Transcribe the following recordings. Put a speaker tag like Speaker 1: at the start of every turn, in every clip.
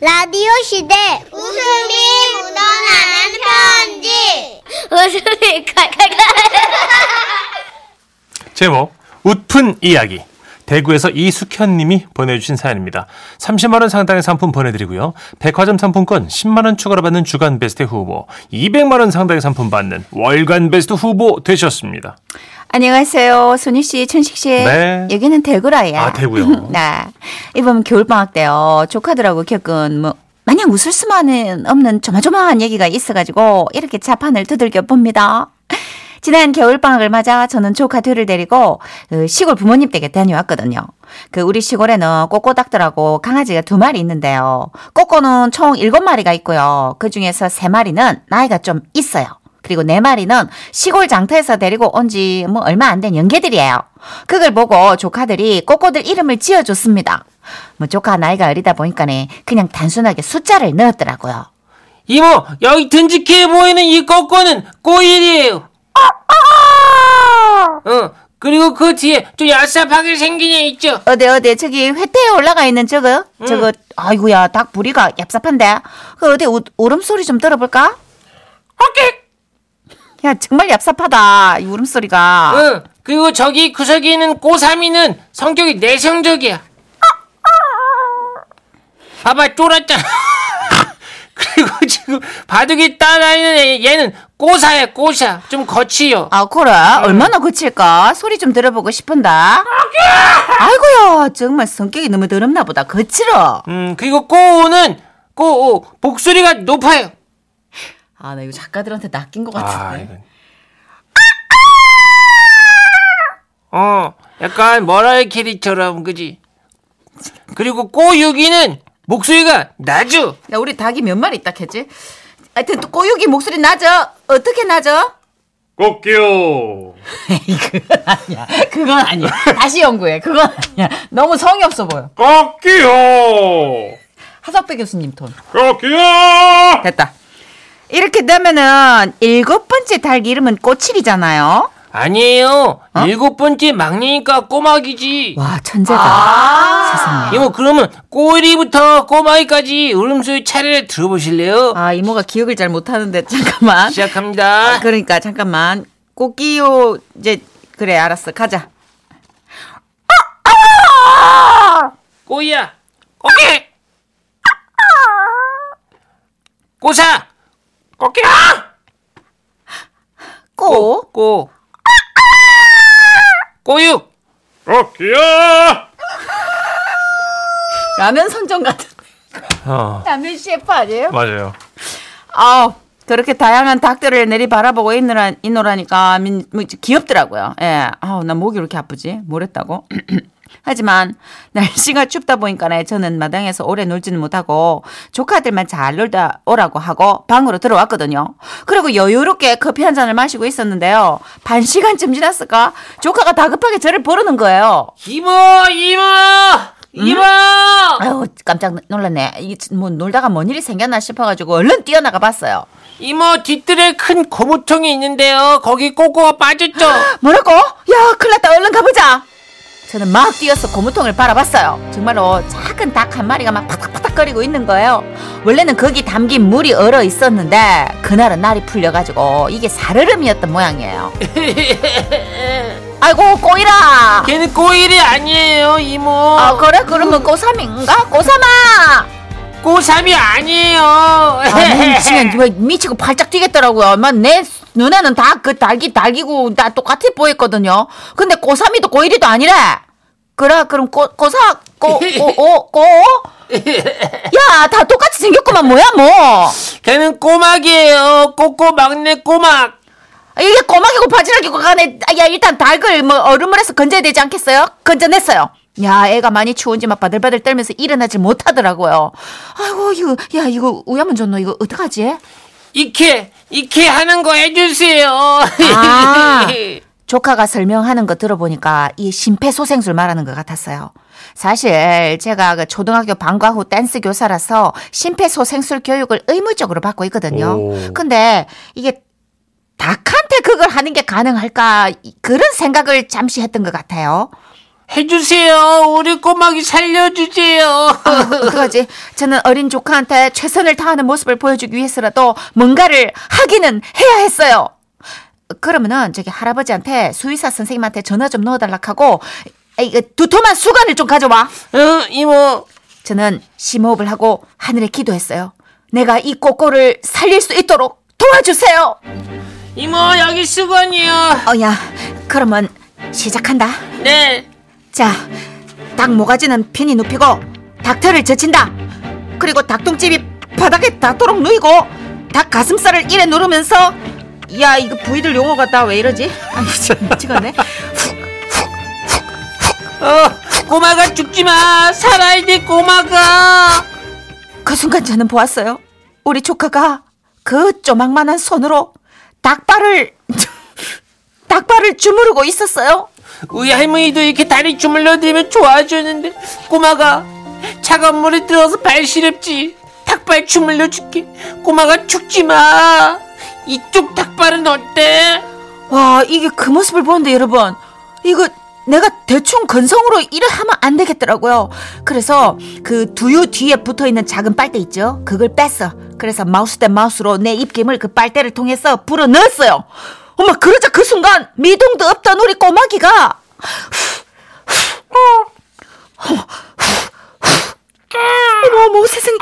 Speaker 1: 라디오 시대 웃음이 묻어나는 편지 웃음이
Speaker 2: 제목 웃픈 이야기 대구에서 이숙현님이 보내주신 사연입니다. 30만 원 상당의 상품 보내드리고요. 백화점 상품권 10만 원 추가로 받는 주간 베스트 후보, 200만 원 상당의 상품 받는 월간 베스트 후보 되셨습니다.
Speaker 3: 안녕하세요. 손희 씨, 천식 씨.
Speaker 2: 네.
Speaker 3: 여기는 대구라야.
Speaker 2: 아, 대구요.
Speaker 3: 네. 이번 겨울방학 때요. 조카들하고 겪은 뭐, 마냥 웃을 수만은 없는 조마조마한 얘기가 있어가지고, 이렇게 자판을 두들겨 봅니다. 지난 겨울방학을 맞아 저는 조카 둘을 데리고 그 시골 부모님 댁에 다녀왔거든요. 그 우리 시골에는 꼬꼬닭들하고 강아지가 두 마리 있는데요. 꼬꼬는 총 일곱 마리가 있고요. 그 중에서 세 마리는 나이가 좀 있어요. 그리고 네 마리는 시골 장터에서 데리고 온 지 뭐 얼마 안 된 연계들이에요. 그걸 보고 조카들이 꼬꼬들 이름을 지어줬습니다. 뭐 조카 나이가 어리다 보니까네 그냥 단순하게 숫자를 넣었더라고요.
Speaker 4: 이모, 여기 듬직해 보이는 이 꼬꼬는 꼬일이에요. 어, 그리고 그 뒤에 좀 얄쌉하게 생긴 애 있죠.
Speaker 3: 어디 어디 저기 회태에 올라가 있는 저거 저거 아이고야 닭 부리가 얍삽한데 그 어디 우, 울음소리 좀 들어볼까? 오케이 야 정말 얍삽하다 이 울음소리가
Speaker 4: 어, 그리고 저기 구석에 있는 꼬삼이는 성격이 내성적이야. 봐봐, 쫄았잖아. 그리고 지금 바둑이 따라있는 애, 얘는 꼬사야, 꼬사. 좀 거치요.
Speaker 3: 아 그래 얼마나 거칠까 소리 좀 들어보고 싶은데 아이고야 정말 성격이 너무 더럽나 보다 거칠어
Speaker 4: 음, 그리고 꼬우는 꼬우, 목소리가 높아요.
Speaker 3: 아 나 이거 작가들한테 낚인 것
Speaker 2: 아,
Speaker 3: 같은데
Speaker 2: 이건
Speaker 4: 어, 약간 머라이 캐리처럼 그지? 그리고 꼬유기는 목소리가 낮죠.
Speaker 3: 야 우리 닭이 몇 마리 있다 캐지? 하여튼 또 꼬유기 목소리 낮아 어떻게 낮아?
Speaker 2: 꼭기요.
Speaker 3: 그건 아니야. 그건 아니야. 다시 연구해. 그건 아니야. 너무 성의 없어 보여.
Speaker 2: 꼭기요.
Speaker 3: 하석배 교수님 톤.
Speaker 2: 어. 꼭기요.
Speaker 3: 됐다. 이렇게 되면은 일곱 번째 닭 이름은 꼬칠이잖아요.
Speaker 4: 아니에요. 일곱 번째 막내니까 꼬막이지.
Speaker 3: 와 천재다. 세상에.
Speaker 4: 이모 그러면 꼬리부터 꼬막이까지 울음소리 차례를 들어보실래요?
Speaker 3: 아 이모가 기억을 잘 못하는데 잠깐만.
Speaker 4: 시작합니다.
Speaker 3: 아. 그러니까 잠깐만. 꼬끼요 이제 그래 알았어 가자.
Speaker 4: 꼬이야. 꼬끼. 꼬사. 꼬끼야.
Speaker 3: 꼬.
Speaker 4: 꼬. 꼬유.
Speaker 2: 꼭기요.
Speaker 3: 라면 선정 같은.
Speaker 2: 어,
Speaker 3: 라면 셰프 아니에요?
Speaker 2: 맞아요.
Speaker 3: 아우 그렇게 다양한 닭들을 내리 바라보고 있느라 있노라니까 민, 뭐, 귀엽더라고요. 예, 아우 나 목이 왜 이렇게 아프지? 뭘 했다고? 하지만 날씨가 춥다 보니까 저는 마당에서 오래 놀지는 못하고 조카들만 잘 놀다 오라고 하고 방으로 들어왔거든요. 그리고 여유롭게 커피 한 잔을 마시고 있었는데요. 반 시간쯤 지났을까 조카가 다급하게 저를 부르는 거예요.
Speaker 4: 이모 이모 이모.
Speaker 3: 아유 깜짝 놀랐네. 이게 뭐 놀다가 뭔 일이 생겼나 싶어가지고 얼른 뛰어나가 봤어요.
Speaker 4: 이모 뭐 뒤뜰에 큰 고무통이 있는데요. 거기 꼬꼬가 빠졌죠.
Speaker 3: 뭐라고? 야, 큰일 났다. 얼른 가보자. 저는 막 뛰어서 고무통을 바라봤어요. 정말로 작은 닭 한 마리가 막 파닥파닥거리고 있는 거예요. 원래는 거기 담긴 물이 얼어 있었는데 그날은 날이 풀려가지고 이게 사르름이었던 모양이에요. 아이고 꼬이라.
Speaker 4: 걔는 꼬일이 아니에요, 이모.
Speaker 3: 아 그래? 그러면 꼬삼인가? 꼬삼아!
Speaker 4: 꼬삼이 아니에요. 네.
Speaker 3: 아니 지금 왜 미치고 발짝 뛰겠더라고요. 막 내 눈에는 다 그 달기 달기고 다 똑같이 보였거든요. 근데 꼬삼이도 꼬이리도 아니래. 그래 그럼 꼬 꼬사 어, 꼬꼬꼬야 다 똑같이 생겼구만 뭐야 뭐
Speaker 4: 걔는 꼬막이에요. 꼬꼬 막내 꼬막.
Speaker 3: 이게 꼬막이고 바지락이고 간에 아, 야 일단 닭을 뭐 얼음을 해서 건져야 되지 않겠어요? 건져냈어요. 야 애가 많이 추운지 막 바들바들 떨면서 일어나질 못하더라고요. 아이고 이거 야 이거 우야문 줬노 이거 어떡하지?
Speaker 4: 이케 이케 하는 거 해주세요.
Speaker 3: 아. 조카가 설명하는 거 들어보니까 이 심폐소생술 말하는 것 같았어요. 사실 제가 그 초등학교 방과 후 댄스 교사라서 심폐소생술 교육을 의무적으로 받고 있거든요.
Speaker 2: 오.
Speaker 3: 근데 이게 닭한테 그걸 하는 게 가능할까 이- 그런 생각을 잠시 했던 것 같아요.
Speaker 4: 해주세요. 우리 꼬막이 살려주세요.
Speaker 3: 아, 그거지. 저는 어린 조카한테 최선을 다하는 모습을 보여주기 위해서라도 뭔가를 하기는 해야 했어요. 그러면은 저기 할아버지한테 수의사 선생님한테 전화 좀 넣어달라 하고 아, 이거 두툼한 수건을 좀 가져와.
Speaker 4: 응, 어, 이모.
Speaker 3: 저는 심호흡을 하고 하늘에 기도했어요. 내가 이 꼬꼬를 살릴 수 있도록 도와주세요.
Speaker 4: 이모, 여기 수건이요.
Speaker 3: 어야, 그러면 시작한다.
Speaker 4: 네.
Speaker 3: 자, 닭 모가지는 편히 눕히고 닭털을 젖힌다. 그리고 닭똥집이 바닥에 닿도록 누이고 닭 가슴살을 이래 누르면서 야 이거 부위들 용어가 다 왜 이러지? 아니 진짜 미치겠네.
Speaker 4: 어, 꼬마가 죽지 마. 살아야 돼, 꼬마가.
Speaker 3: 그 순간 저는 보았어요. 우리 조카가 그 조망만한 손으로 닭발을 닭발을 주무르고 있었어요.
Speaker 4: 우리 할머니도 이렇게 다리 주물러드리면 좋아하셨는데 꼬마가 차가운 물에 들어서 발 시렵지 닭발 주물러줄게 꼬마가 죽지마 이쪽 닭발은 어때?
Speaker 3: 와 이게 그 모습을 보는데 여러분 이거 내가 대충 건성으로 일을 하면 안 되겠더라고요 그래서 그 두유 뒤에 붙어있는 작은 빨대 있죠 그걸 뺐어 그래서 마우스 대 마우스로 내 입김을 그 빨대를 통해서 불어 넣었어요 엄마 그러자 그 순간 미동도 없던 우리 꼬마기가 어머 세상에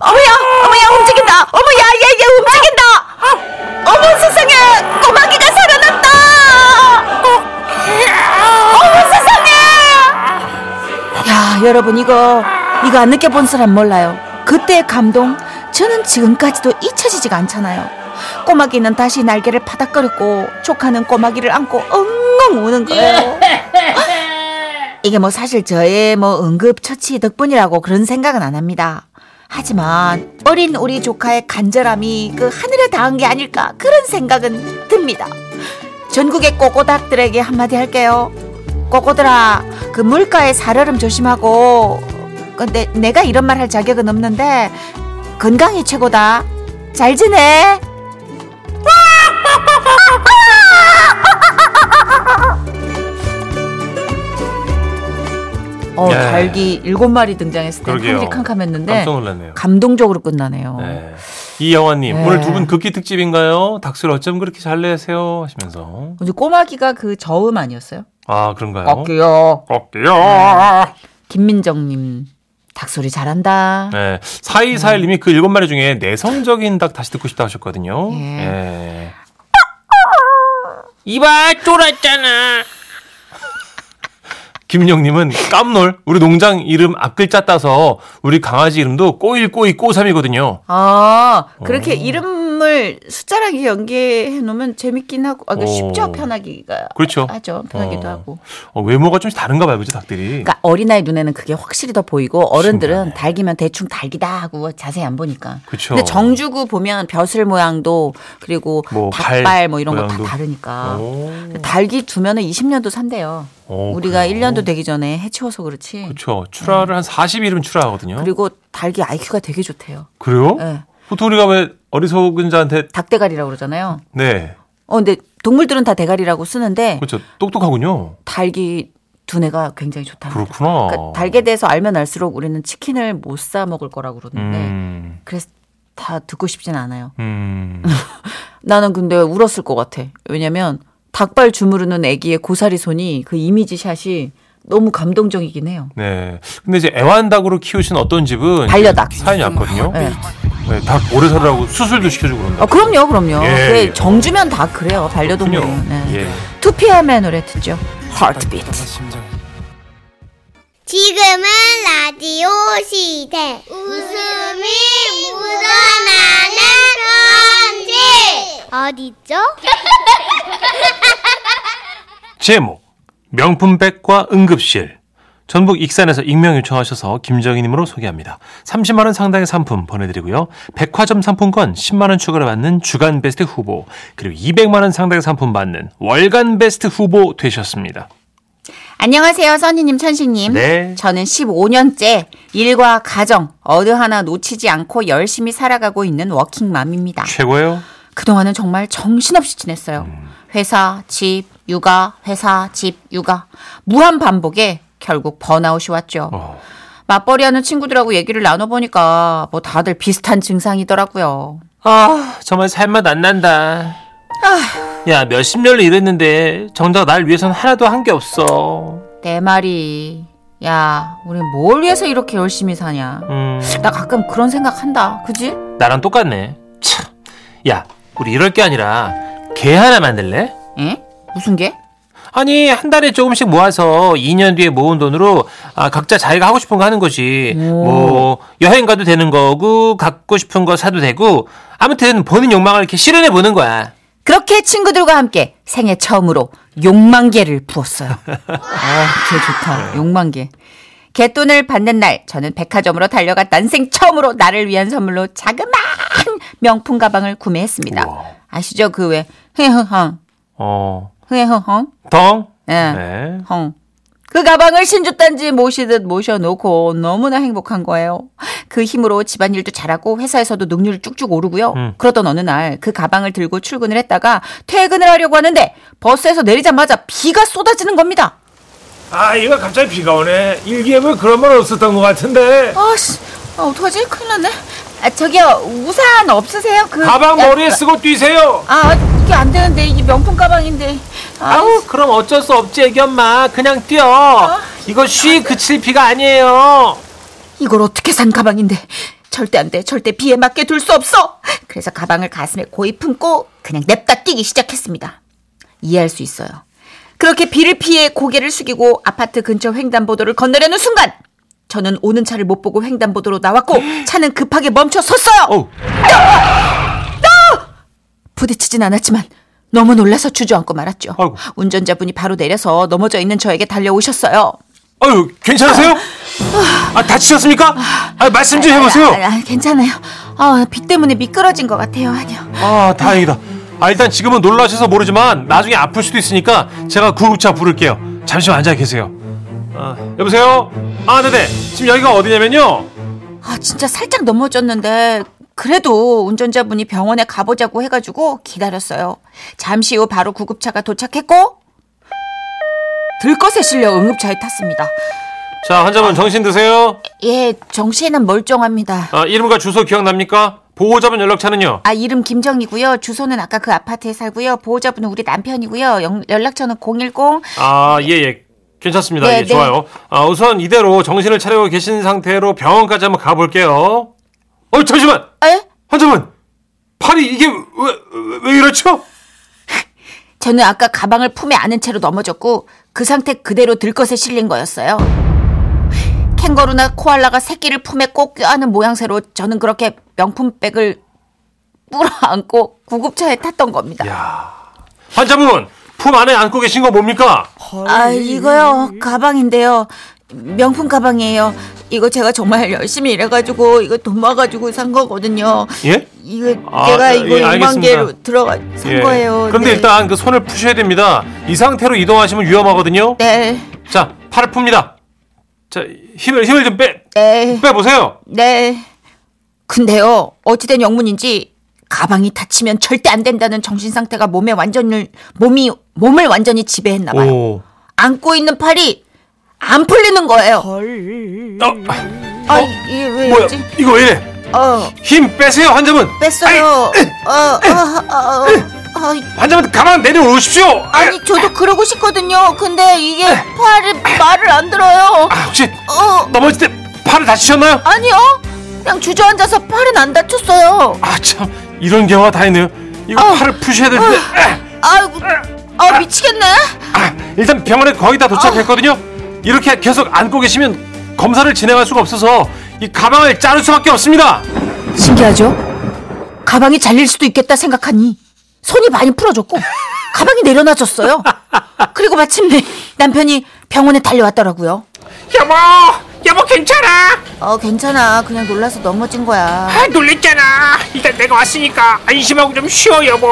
Speaker 3: 어머야 어머야 움직인다 어머야 얘얘 움직인다 어머 세상에 꼬마기가 살아났다 어? 어머 세상에 야 여러분 이거 이거 안 느껴본 사람 몰라요 그때의 감동 저는 지금까지도 잊혀지지가 않잖아요 꼬마기는 다시 날개를 파닥거렸고 조카는 꼬마기를 안고 엉엉 우는 거예요 이게 뭐 사실 저의 뭐 응급처치 덕분이라고 그런 생각은 안 합니다. 하지만 어린 우리 조카의 간절함이 그 하늘에 닿은 게 아닐까 그런 생각은 듭니다. 전국의 꼬꼬닭들에게 한마디 할게요. 꼬꼬들아, 그 물가에 살얼음 조심하고. 근데 내가 이런 말 할 자격은 없는데 건강이 최고다. 잘 지내. 어,
Speaker 2: 예.
Speaker 3: 닭이 어, 일곱 마리 등장했을 때
Speaker 2: 그러게요.
Speaker 3: 캄캄캄했는데
Speaker 2: 깜짝 놀랐네요.
Speaker 3: 감동적으로 끝나네요.
Speaker 2: 네. 이영환님
Speaker 3: 네.
Speaker 2: 오늘 두 분 극기 특집인가요? 닭술 어쩜 그렇게 잘 내세요? 하시면서
Speaker 3: 이제 꼬마기가 그 저음 아니었어요?
Speaker 2: 아 그런가요? 네.
Speaker 3: 어깨요.
Speaker 2: 꺾여.
Speaker 3: 김민정님 닭소리 잘한다.
Speaker 2: 네. 4241님이 그 일곱 마리 중에 내성적인 닭 다시 듣고 싶다 하셨거든요. 예.
Speaker 4: 이봐 쫄았잖아
Speaker 2: 김영님은 깜놀. 우리 농장 이름 앞글자 따서 우리 강아지 이름도 꼬일꼬이 꼬삼이거든요.
Speaker 3: 아
Speaker 2: 어.
Speaker 3: 그렇게 이름을 숫자랑 연계해 놓으면 재밌긴 하고 아, 그
Speaker 2: 오.
Speaker 3: 쉽죠 편하기가
Speaker 2: 어. 그렇죠.
Speaker 3: 하죠 편하기도
Speaker 2: 어.
Speaker 3: 하고.
Speaker 2: 어, 외모가 좀 다른가 봐요, 그죠, 닭들이.
Speaker 3: 그러니까 어린아이 눈에는 그게 확실히 더 보이고 어른들은
Speaker 2: 신기하네.
Speaker 3: 달기면 대충 달기다 하고 자세히 안 보니까.
Speaker 2: 그쵸.
Speaker 3: 근데 정주구 보면 벼슬 모양도 그리고
Speaker 2: 뭐,
Speaker 3: 닭발
Speaker 2: 발
Speaker 3: 뭐 이런 거 다
Speaker 2: 모양도.
Speaker 3: 다르니까. 그
Speaker 2: 오.
Speaker 3: 달기 두면은 20년도 산대요.
Speaker 2: 어,
Speaker 3: 우리가
Speaker 2: 그래요?
Speaker 3: 1년도 되기 전에 해치워서 그렇지.
Speaker 2: 그렇죠. 출하를 한 40일은 출하하거든요.
Speaker 3: 그리고 닭이 IQ가 되게 좋대요.
Speaker 2: 그래요?
Speaker 3: 예.
Speaker 2: 보통 우리가 왜 어리석은 자한테
Speaker 3: 닭대가리라고 그러잖아요.
Speaker 2: 네.
Speaker 3: 어, 근데 동물들은 다 대가리라고 쓰는데
Speaker 2: 그렇죠. 똑똑하군요.
Speaker 3: 닭이 두뇌가 굉장히 좋다.
Speaker 2: 그렇구나.
Speaker 3: 그러니까 닭에 대해서 알면 알수록 우리는 치킨을 못 사 먹을 거라고 그러는데
Speaker 2: 음.
Speaker 3: 그래서 다 듣고 싶진 않아요.
Speaker 2: 음.
Speaker 3: 나는 근데 울었을 것 같아. 왜냐면 닭발 주무르는 아기의 고사리 손이 그 이미지 샷이 너무 감동적이긴 해요.
Speaker 2: 네. 근데 이제 애완닭으로 키우신 어떤 집은
Speaker 3: 반려닭.
Speaker 2: 사연이 왔거든요.
Speaker 3: 예.
Speaker 2: 네, 닭 오래 살라고 수술도 시켜주고 그런다.
Speaker 3: 아, 그럼요, 그럼요.
Speaker 2: 예,
Speaker 3: 그
Speaker 2: 예.
Speaker 3: 정주면 다 그래요. 반려동물.
Speaker 2: 그렇군요.
Speaker 3: 네.
Speaker 2: 예.
Speaker 3: 2PM의 노래 듣죠. Heartbeat.
Speaker 1: 지금은 라디오 시대. 웃음이 묻어나는 편지. 어디죠?
Speaker 2: 제목 명품백과 응급실 전북 익산에서 익명 요청하셔서 김정희님으로 소개합니다. 30만 원 상당의 상품 보내드리고요. 백화점 상품권 10만 원 추가로 받는 주간 베스트 후보 그리고 200만 원 상당의 상품 받는 월간 베스트 후보 되셨습니다.
Speaker 3: 안녕하세요, 선희님, 천식님.
Speaker 2: 네.
Speaker 3: 저는 15년째 일과 가정, 어느 하나 놓치지 않고 열심히 살아가고 있는 워킹맘입니다.
Speaker 2: 최고예요. 음.
Speaker 3: 그동안은 정말 정신없이 지냈어요. 회사, 집, 육아, 회사, 집, 육아. 무한 반복에 결국 번아웃이 왔죠.
Speaker 2: 어.
Speaker 3: 맞벌이 하는 친구들하고 얘기를 나눠보니까 뭐 다들 비슷한 증상이더라고요.
Speaker 2: 아, 정말 살맛 안 난다. 야, 몇십 년을 일했는데 정작 날 위해선 하나도 한 게 없어.
Speaker 3: 내 말이. 야, 우리 뭘 위해서 이렇게 열심히 사냐.
Speaker 2: 음,
Speaker 3: 나 가끔 그런 생각 한다. 그지?
Speaker 2: 나랑 똑같네. 참. 야, 우리 이럴 게 아니라 개 하나 만들래?
Speaker 3: 에? 무슨 게?
Speaker 2: 아니, 한 달에 조금씩 모아서 2년 뒤에 모은 돈으로 아, 각자 자기가 하고 싶은 거 하는 거지. 뭐 여행 가도 되는 거고 갖고 싶은 거 사도 되고 아무튼 본인 욕망을 이렇게 실현해 보는 거야.
Speaker 3: 그렇게 친구들과 함께 생애 처음으로 욕망개를 부었어요. 아, 개 좋다. 욕망개. 개돈을 받는 날 저는 백화점으로 달려가 난생 처음으로 나를 위한 선물로 자그마한 명품 가방을 구매했습니다.
Speaker 2: 우와.
Speaker 3: 아시죠? 그 왜 흥흥헝
Speaker 2: 어,
Speaker 3: 흥흥헝
Speaker 2: 덩.
Speaker 3: 예.
Speaker 2: 네.
Speaker 3: 헝. 그 가방을 신주단지 모시듯 모셔놓고 너무나 행복한 거예요. 그 힘으로 집안일도 잘하고 회사에서도 능률 쭉쭉 오르고요.
Speaker 2: 음.
Speaker 3: 그러던 어느 날 그 가방을 들고 출근을 했다가 퇴근을 하려고 하는데 버스에서 내리자마자 비가 쏟아지는 겁니다.
Speaker 5: 아 이거 갑자기 비가 오네
Speaker 2: 뭐
Speaker 5: 일기예보에 그런 말 없었던 것 같은데
Speaker 3: 아씨, 아, 어떡하지? 큰일 났네. 아, 저기요, 우산 없으세요? 그
Speaker 5: 가방
Speaker 3: 야,
Speaker 5: 머리에 쓰고 뛰세요
Speaker 3: 아, 이게 안 되는데. 이게 명품 가방인데. 아우,
Speaker 2: 아우 그럼 어쩔 수 없지 애기 엄마 그냥 뛰어 이거 쉬 그칠 피가 아니에요
Speaker 3: 이걸 어떻게 산 가방인데 절대 안 돼 절대 비에 맞게 둘 수 없어 그래서 가방을 가슴에 고이 품고 그냥 냅다 뛰기 시작했습니다 이해할 수 있어요 그렇게 비를 피해 고개를 숙이고 아파트 근처 횡단보도를 건너려는 순간 저는 오는 차를 못 보고 횡단보도로 나왔고 차는 급하게 멈춰 섰어요
Speaker 2: 어우.
Speaker 3: 부딪히진 않았지만 너무 놀라서 주저앉고 말았죠
Speaker 2: 아이고.
Speaker 3: 운전자분이 바로 내려서 넘어져 있는 저에게 달려오셨어요
Speaker 2: 아유 괜찮으세요? 아 다치셨습니까? 아 말씀 좀
Speaker 3: 아,
Speaker 2: 해보세요
Speaker 3: 아, 괜찮아요 아, 비 때문에 미끄러진 것 같아요 아니요
Speaker 2: 아 다행이다 아 일단 지금은 놀라셔서 모르지만 나중에 아플 수도 있으니까 제가 구급차 부를게요 잠시만 앉아 계세요 아, 여보세요? 아 네네 지금 여기가 어디냐면요
Speaker 3: 아, 진짜 살짝 넘어졌는데 그래도 운전자분이 병원에 가보자고 해가지고 기다렸어요. 잠시 후 바로 구급차가 도착했고 들것에 실려 응급차에 탔습니다.
Speaker 2: 자 환자분 정신 드세요
Speaker 3: 예, 정신은 멀쩡합니다.
Speaker 2: 아, 이름과 주소 기억납니까? 보호자분 연락처는요?
Speaker 3: 아, 이름 김정이고요. 주소는 아까 그 아파트에 살고요. 보호자분은 우리 남편이고요. 영- 연락처는 010.
Speaker 2: 아, 예, 예. 괜찮습니다.
Speaker 3: 네,
Speaker 2: 예,
Speaker 3: 네.
Speaker 2: 좋아요. 아, 우선 이대로 정신을 차리고 계신 상태로 병원까지 한번 가볼게요. 어, 잠시만!
Speaker 3: 에?
Speaker 2: 환자분! 팔이 이게 왜, 왜- 왜 이렇죠?
Speaker 3: 저는 아까 가방을 품에 안은 채로 넘어졌고 그 상태 그대로 들것에 실린 거였어요. 캥거루나 코알라가 새끼를 품에 꼭 껴안은 모양새로 저는 그렇게 명품백을 뿌려안고 구급차에 탔던 겁니다.
Speaker 2: 환자분! 품 안에 안고 계신 거 뭡니까?
Speaker 3: 아 이거요 가방인데요 명품 가방이에요. 이거 제가 정말 열심히 일해가지고 이거 돈 모아가지고 산 거거든요.
Speaker 2: 예?
Speaker 3: 이거
Speaker 2: 아,
Speaker 3: 제가
Speaker 2: 예,
Speaker 3: 이거 6만
Speaker 2: 알겠습니다.
Speaker 3: 개로 들어가 산
Speaker 2: 예.
Speaker 3: 거예요.
Speaker 2: 근데
Speaker 3: 네.
Speaker 2: 일단 그 손을 푸셔야 됩니다. 이 상태로 이동하시면 위험하거든요.
Speaker 3: 네
Speaker 2: 자, 팔을 풉니다. 자, 힘을, 힘을 좀 빼,
Speaker 3: 네.
Speaker 2: 빼보세요.
Speaker 3: 네. 근데요, 어찌된 영문인지 가방이 다치면 절대 안 된다는 정신 상태가 몸에 완전히 몸이 몸을 완전히 지배했나 봐요.
Speaker 2: 오.
Speaker 3: 안고 있는 팔이 안 풀리는 거예요.
Speaker 2: 어,
Speaker 3: 아, 이게 왜
Speaker 2: 뭐야?
Speaker 3: 이러지?
Speaker 2: 이거 왜 이래?
Speaker 3: 어,
Speaker 2: 힘 빼세요, 환자분!
Speaker 3: 뺐어요. 어, 어, 어, 어, 어,
Speaker 2: 환자분 가만 내려오십시오.
Speaker 3: 아니 저도 그러고 싶거든요. 근데 이게 팔이 말을 안 들어요.
Speaker 2: 아, 혹시
Speaker 3: 어,
Speaker 2: 넘어질 때 팔을 다치셨나요?
Speaker 3: 아니요. 그냥 주저앉아서 팔은 안 다쳤어요.
Speaker 2: 아, 참 이런 경우가 다 있네요. 이거
Speaker 3: 아.
Speaker 2: 팔을 푸셔야 되는데 아,
Speaker 3: 아이고, 아 미치겠네.
Speaker 2: 아, 일단 병원에 거의 다 도착했거든요. 이렇게 계속 안고 계시면 검사를 진행할 수가 없어서 이 가방을 자를 수밖에 없습니다.
Speaker 3: 신기하죠? 가방이 잘릴 수도 있겠다 생각하니 손이 많이 풀어졌고 가방이 내려놔졌어요. 그리고 마침내 남편이 병원에 달려왔더라고요.
Speaker 4: 여보 여보 괜찮아
Speaker 3: 어 괜찮아 그냥 놀라서 넘어진 거야.
Speaker 4: 아 놀랬잖아 일단 내가 왔으니까 안심하고 좀 쉬어 여보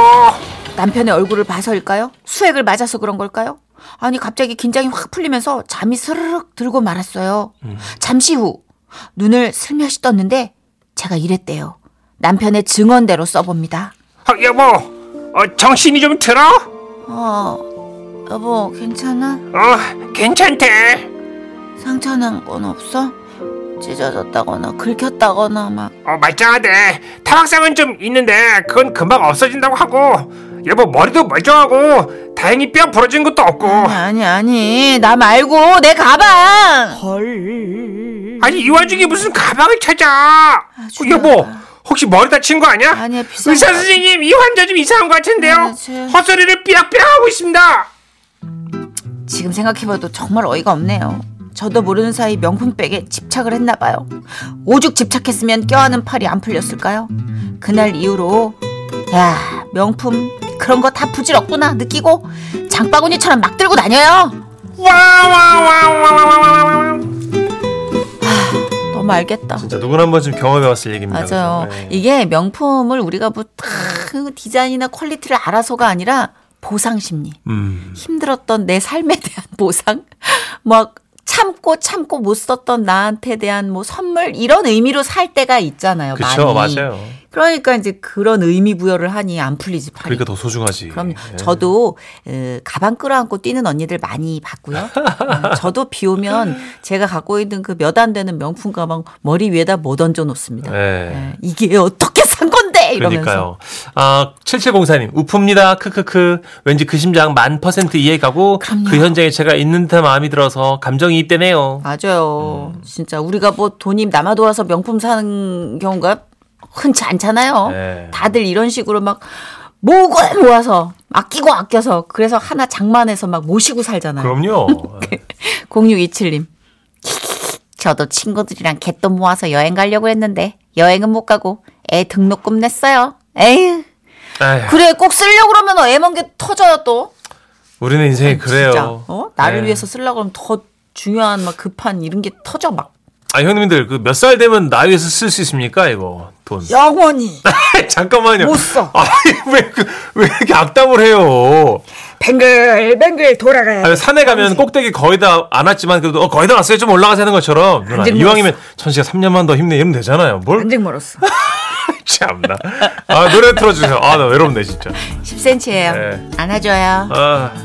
Speaker 3: 남편의 얼굴을 봐서일까요? 수액을 맞아서 그런 걸까요? 아니 갑자기 긴장이 확 풀리면서 잠이 스르륵 들고 말았어요. 잠시 후 눈을 슬며시 떴는데 제가 이랬대요. 남편의 증언대로 써봅니다.
Speaker 4: 아, 여보 어, 정신이 좀 들어
Speaker 3: 어, 여보, 괜찮아?
Speaker 2: 어, 괜찮대.
Speaker 3: 상처 난 건 없어? 찢어졌다거나 긁혔다거나 막.
Speaker 2: 어, 말짱하대. 타박상은 좀 있는데 그건 금방 없어진다고 하고 여보 머리도 멀쩡하고 다행히 뼈 부러진 것도 없고
Speaker 3: 아니, 아니, 아니. 나 말고 내 가방.
Speaker 2: 아니 이 와중에 무슨 가방을 찾아?
Speaker 3: 아주
Speaker 2: 어, 여보
Speaker 3: 나아가.
Speaker 2: 혹시 머리 다친 거 아니야?
Speaker 3: 아니야, 비싼
Speaker 2: 의사
Speaker 3: 거
Speaker 2: 선생님 이 환자 좀 이상한 것 같은데요.
Speaker 3: 아니야, 쟤.
Speaker 2: 헛소리를 삐약삐약하고 있습니다.
Speaker 3: 지금 생각해봐도 정말 어이가 없네요. 저도 모르는 사이 명품백에 집착을 했나 봐요. 오죽 집착했으면 껴안은 팔이 안 풀렸을까요? 그날 이후로 야 명품 그런 거 다 부질없구나 느끼고 장바구니처럼 막 들고 다녀요.
Speaker 2: 와와와와와와와.
Speaker 3: 너무 알겠다.
Speaker 6: 진짜 누구나 한 번쯤 경험해왔을 얘기입니다.
Speaker 3: 맞아요.
Speaker 6: 그죠? 네.
Speaker 3: 이게 명품을 우리가 뭐다 디자인이나 퀄리티를 알아서가 아니라 보상 심리.
Speaker 6: 음.
Speaker 3: 힘들었던 내 삶에 대한 보상, 막 참고 참고 못 썼던 나한테 대한 뭐 선물 이런 의미로 살 때가 있잖아요.
Speaker 6: 그쵸,
Speaker 3: 많이.
Speaker 6: 맞아요.
Speaker 3: 그러니까 이제 그런 의미 부여를 하니 안 풀리지 팔이.
Speaker 6: 그러니까 더 소중하지.
Speaker 3: 그럼
Speaker 6: 예.
Speaker 3: 저도 으, 가방 끌어안고 뛰는 언니들 많이 봤고요. 음, 저도 비 오면 제가 갖고 있는 그 몇 안 되는 명품 가방 머리 위에다 뭐 던져 놓습니다.
Speaker 6: 예.
Speaker 3: 예, 이게 어떻게 산 건데 이러면서.
Speaker 6: 그러니까요. 아, 7704님, 우프입니다. 크크크. 왠지 그 심장 만 퍼센트 이해가고
Speaker 3: 그럼요.
Speaker 6: 그 현장에 제가 있는 듯한 마음이 들어서 감정이입되네요.
Speaker 3: 맞아요.
Speaker 6: 음.
Speaker 3: 진짜 우리가 뭐 돈이 남아 돌아서 명품 사는 경우가 흔치 않잖아요.
Speaker 6: 네.
Speaker 3: 다들 이런 식으로 막 모으고 모아서 아끼고 아껴서 그래서 하나 장만해서 막 모시고 살잖아요.
Speaker 6: 그럼요. 예.
Speaker 3: 0627님. 저도 친구들이랑 갯돈 모아서 여행 가려고 했는데 여행은 못 가고 애 등록금 냈어요. 에휴.
Speaker 6: 아휴,
Speaker 3: 그래 꼭 쓰려고 그러면 애 먼 게 터져요 또.
Speaker 6: 우리는 인생이 그래요.
Speaker 3: 진짜. 어? 나를
Speaker 6: 예.
Speaker 3: 위해서 쓰려고 하면 더 중요한 막 급한 이런 게 터져 막.
Speaker 6: 아, 형님들, 그 몇 살 되면 나 위해서 쓸 수 있습니까? 이거. 돈.
Speaker 3: 영원히
Speaker 6: 잠깐만요.
Speaker 3: 못 써.
Speaker 6: 아니, 왜, 그- 왜 이렇게 악담을 해요?
Speaker 7: 뱅글뱅글 돌아가야
Speaker 6: 아니, 산에 가면 꼭대기 거의 다 안 왔지만 그래도 어, 거의 다 왔어요. 좀 올라가서 하는 것처럼. 누나,
Speaker 7: 완전
Speaker 6: 이왕이면 천씨가 3년만 더 힘내. 이러면 되잖아요. 뭘?
Speaker 7: 완전 멀었어.
Speaker 6: 참나. 아, 노래 틀어주세요. 아, 나 외롭네, 진짜.
Speaker 3: 10cm예요.
Speaker 6: 네.
Speaker 3: 안아줘요.
Speaker 6: 아.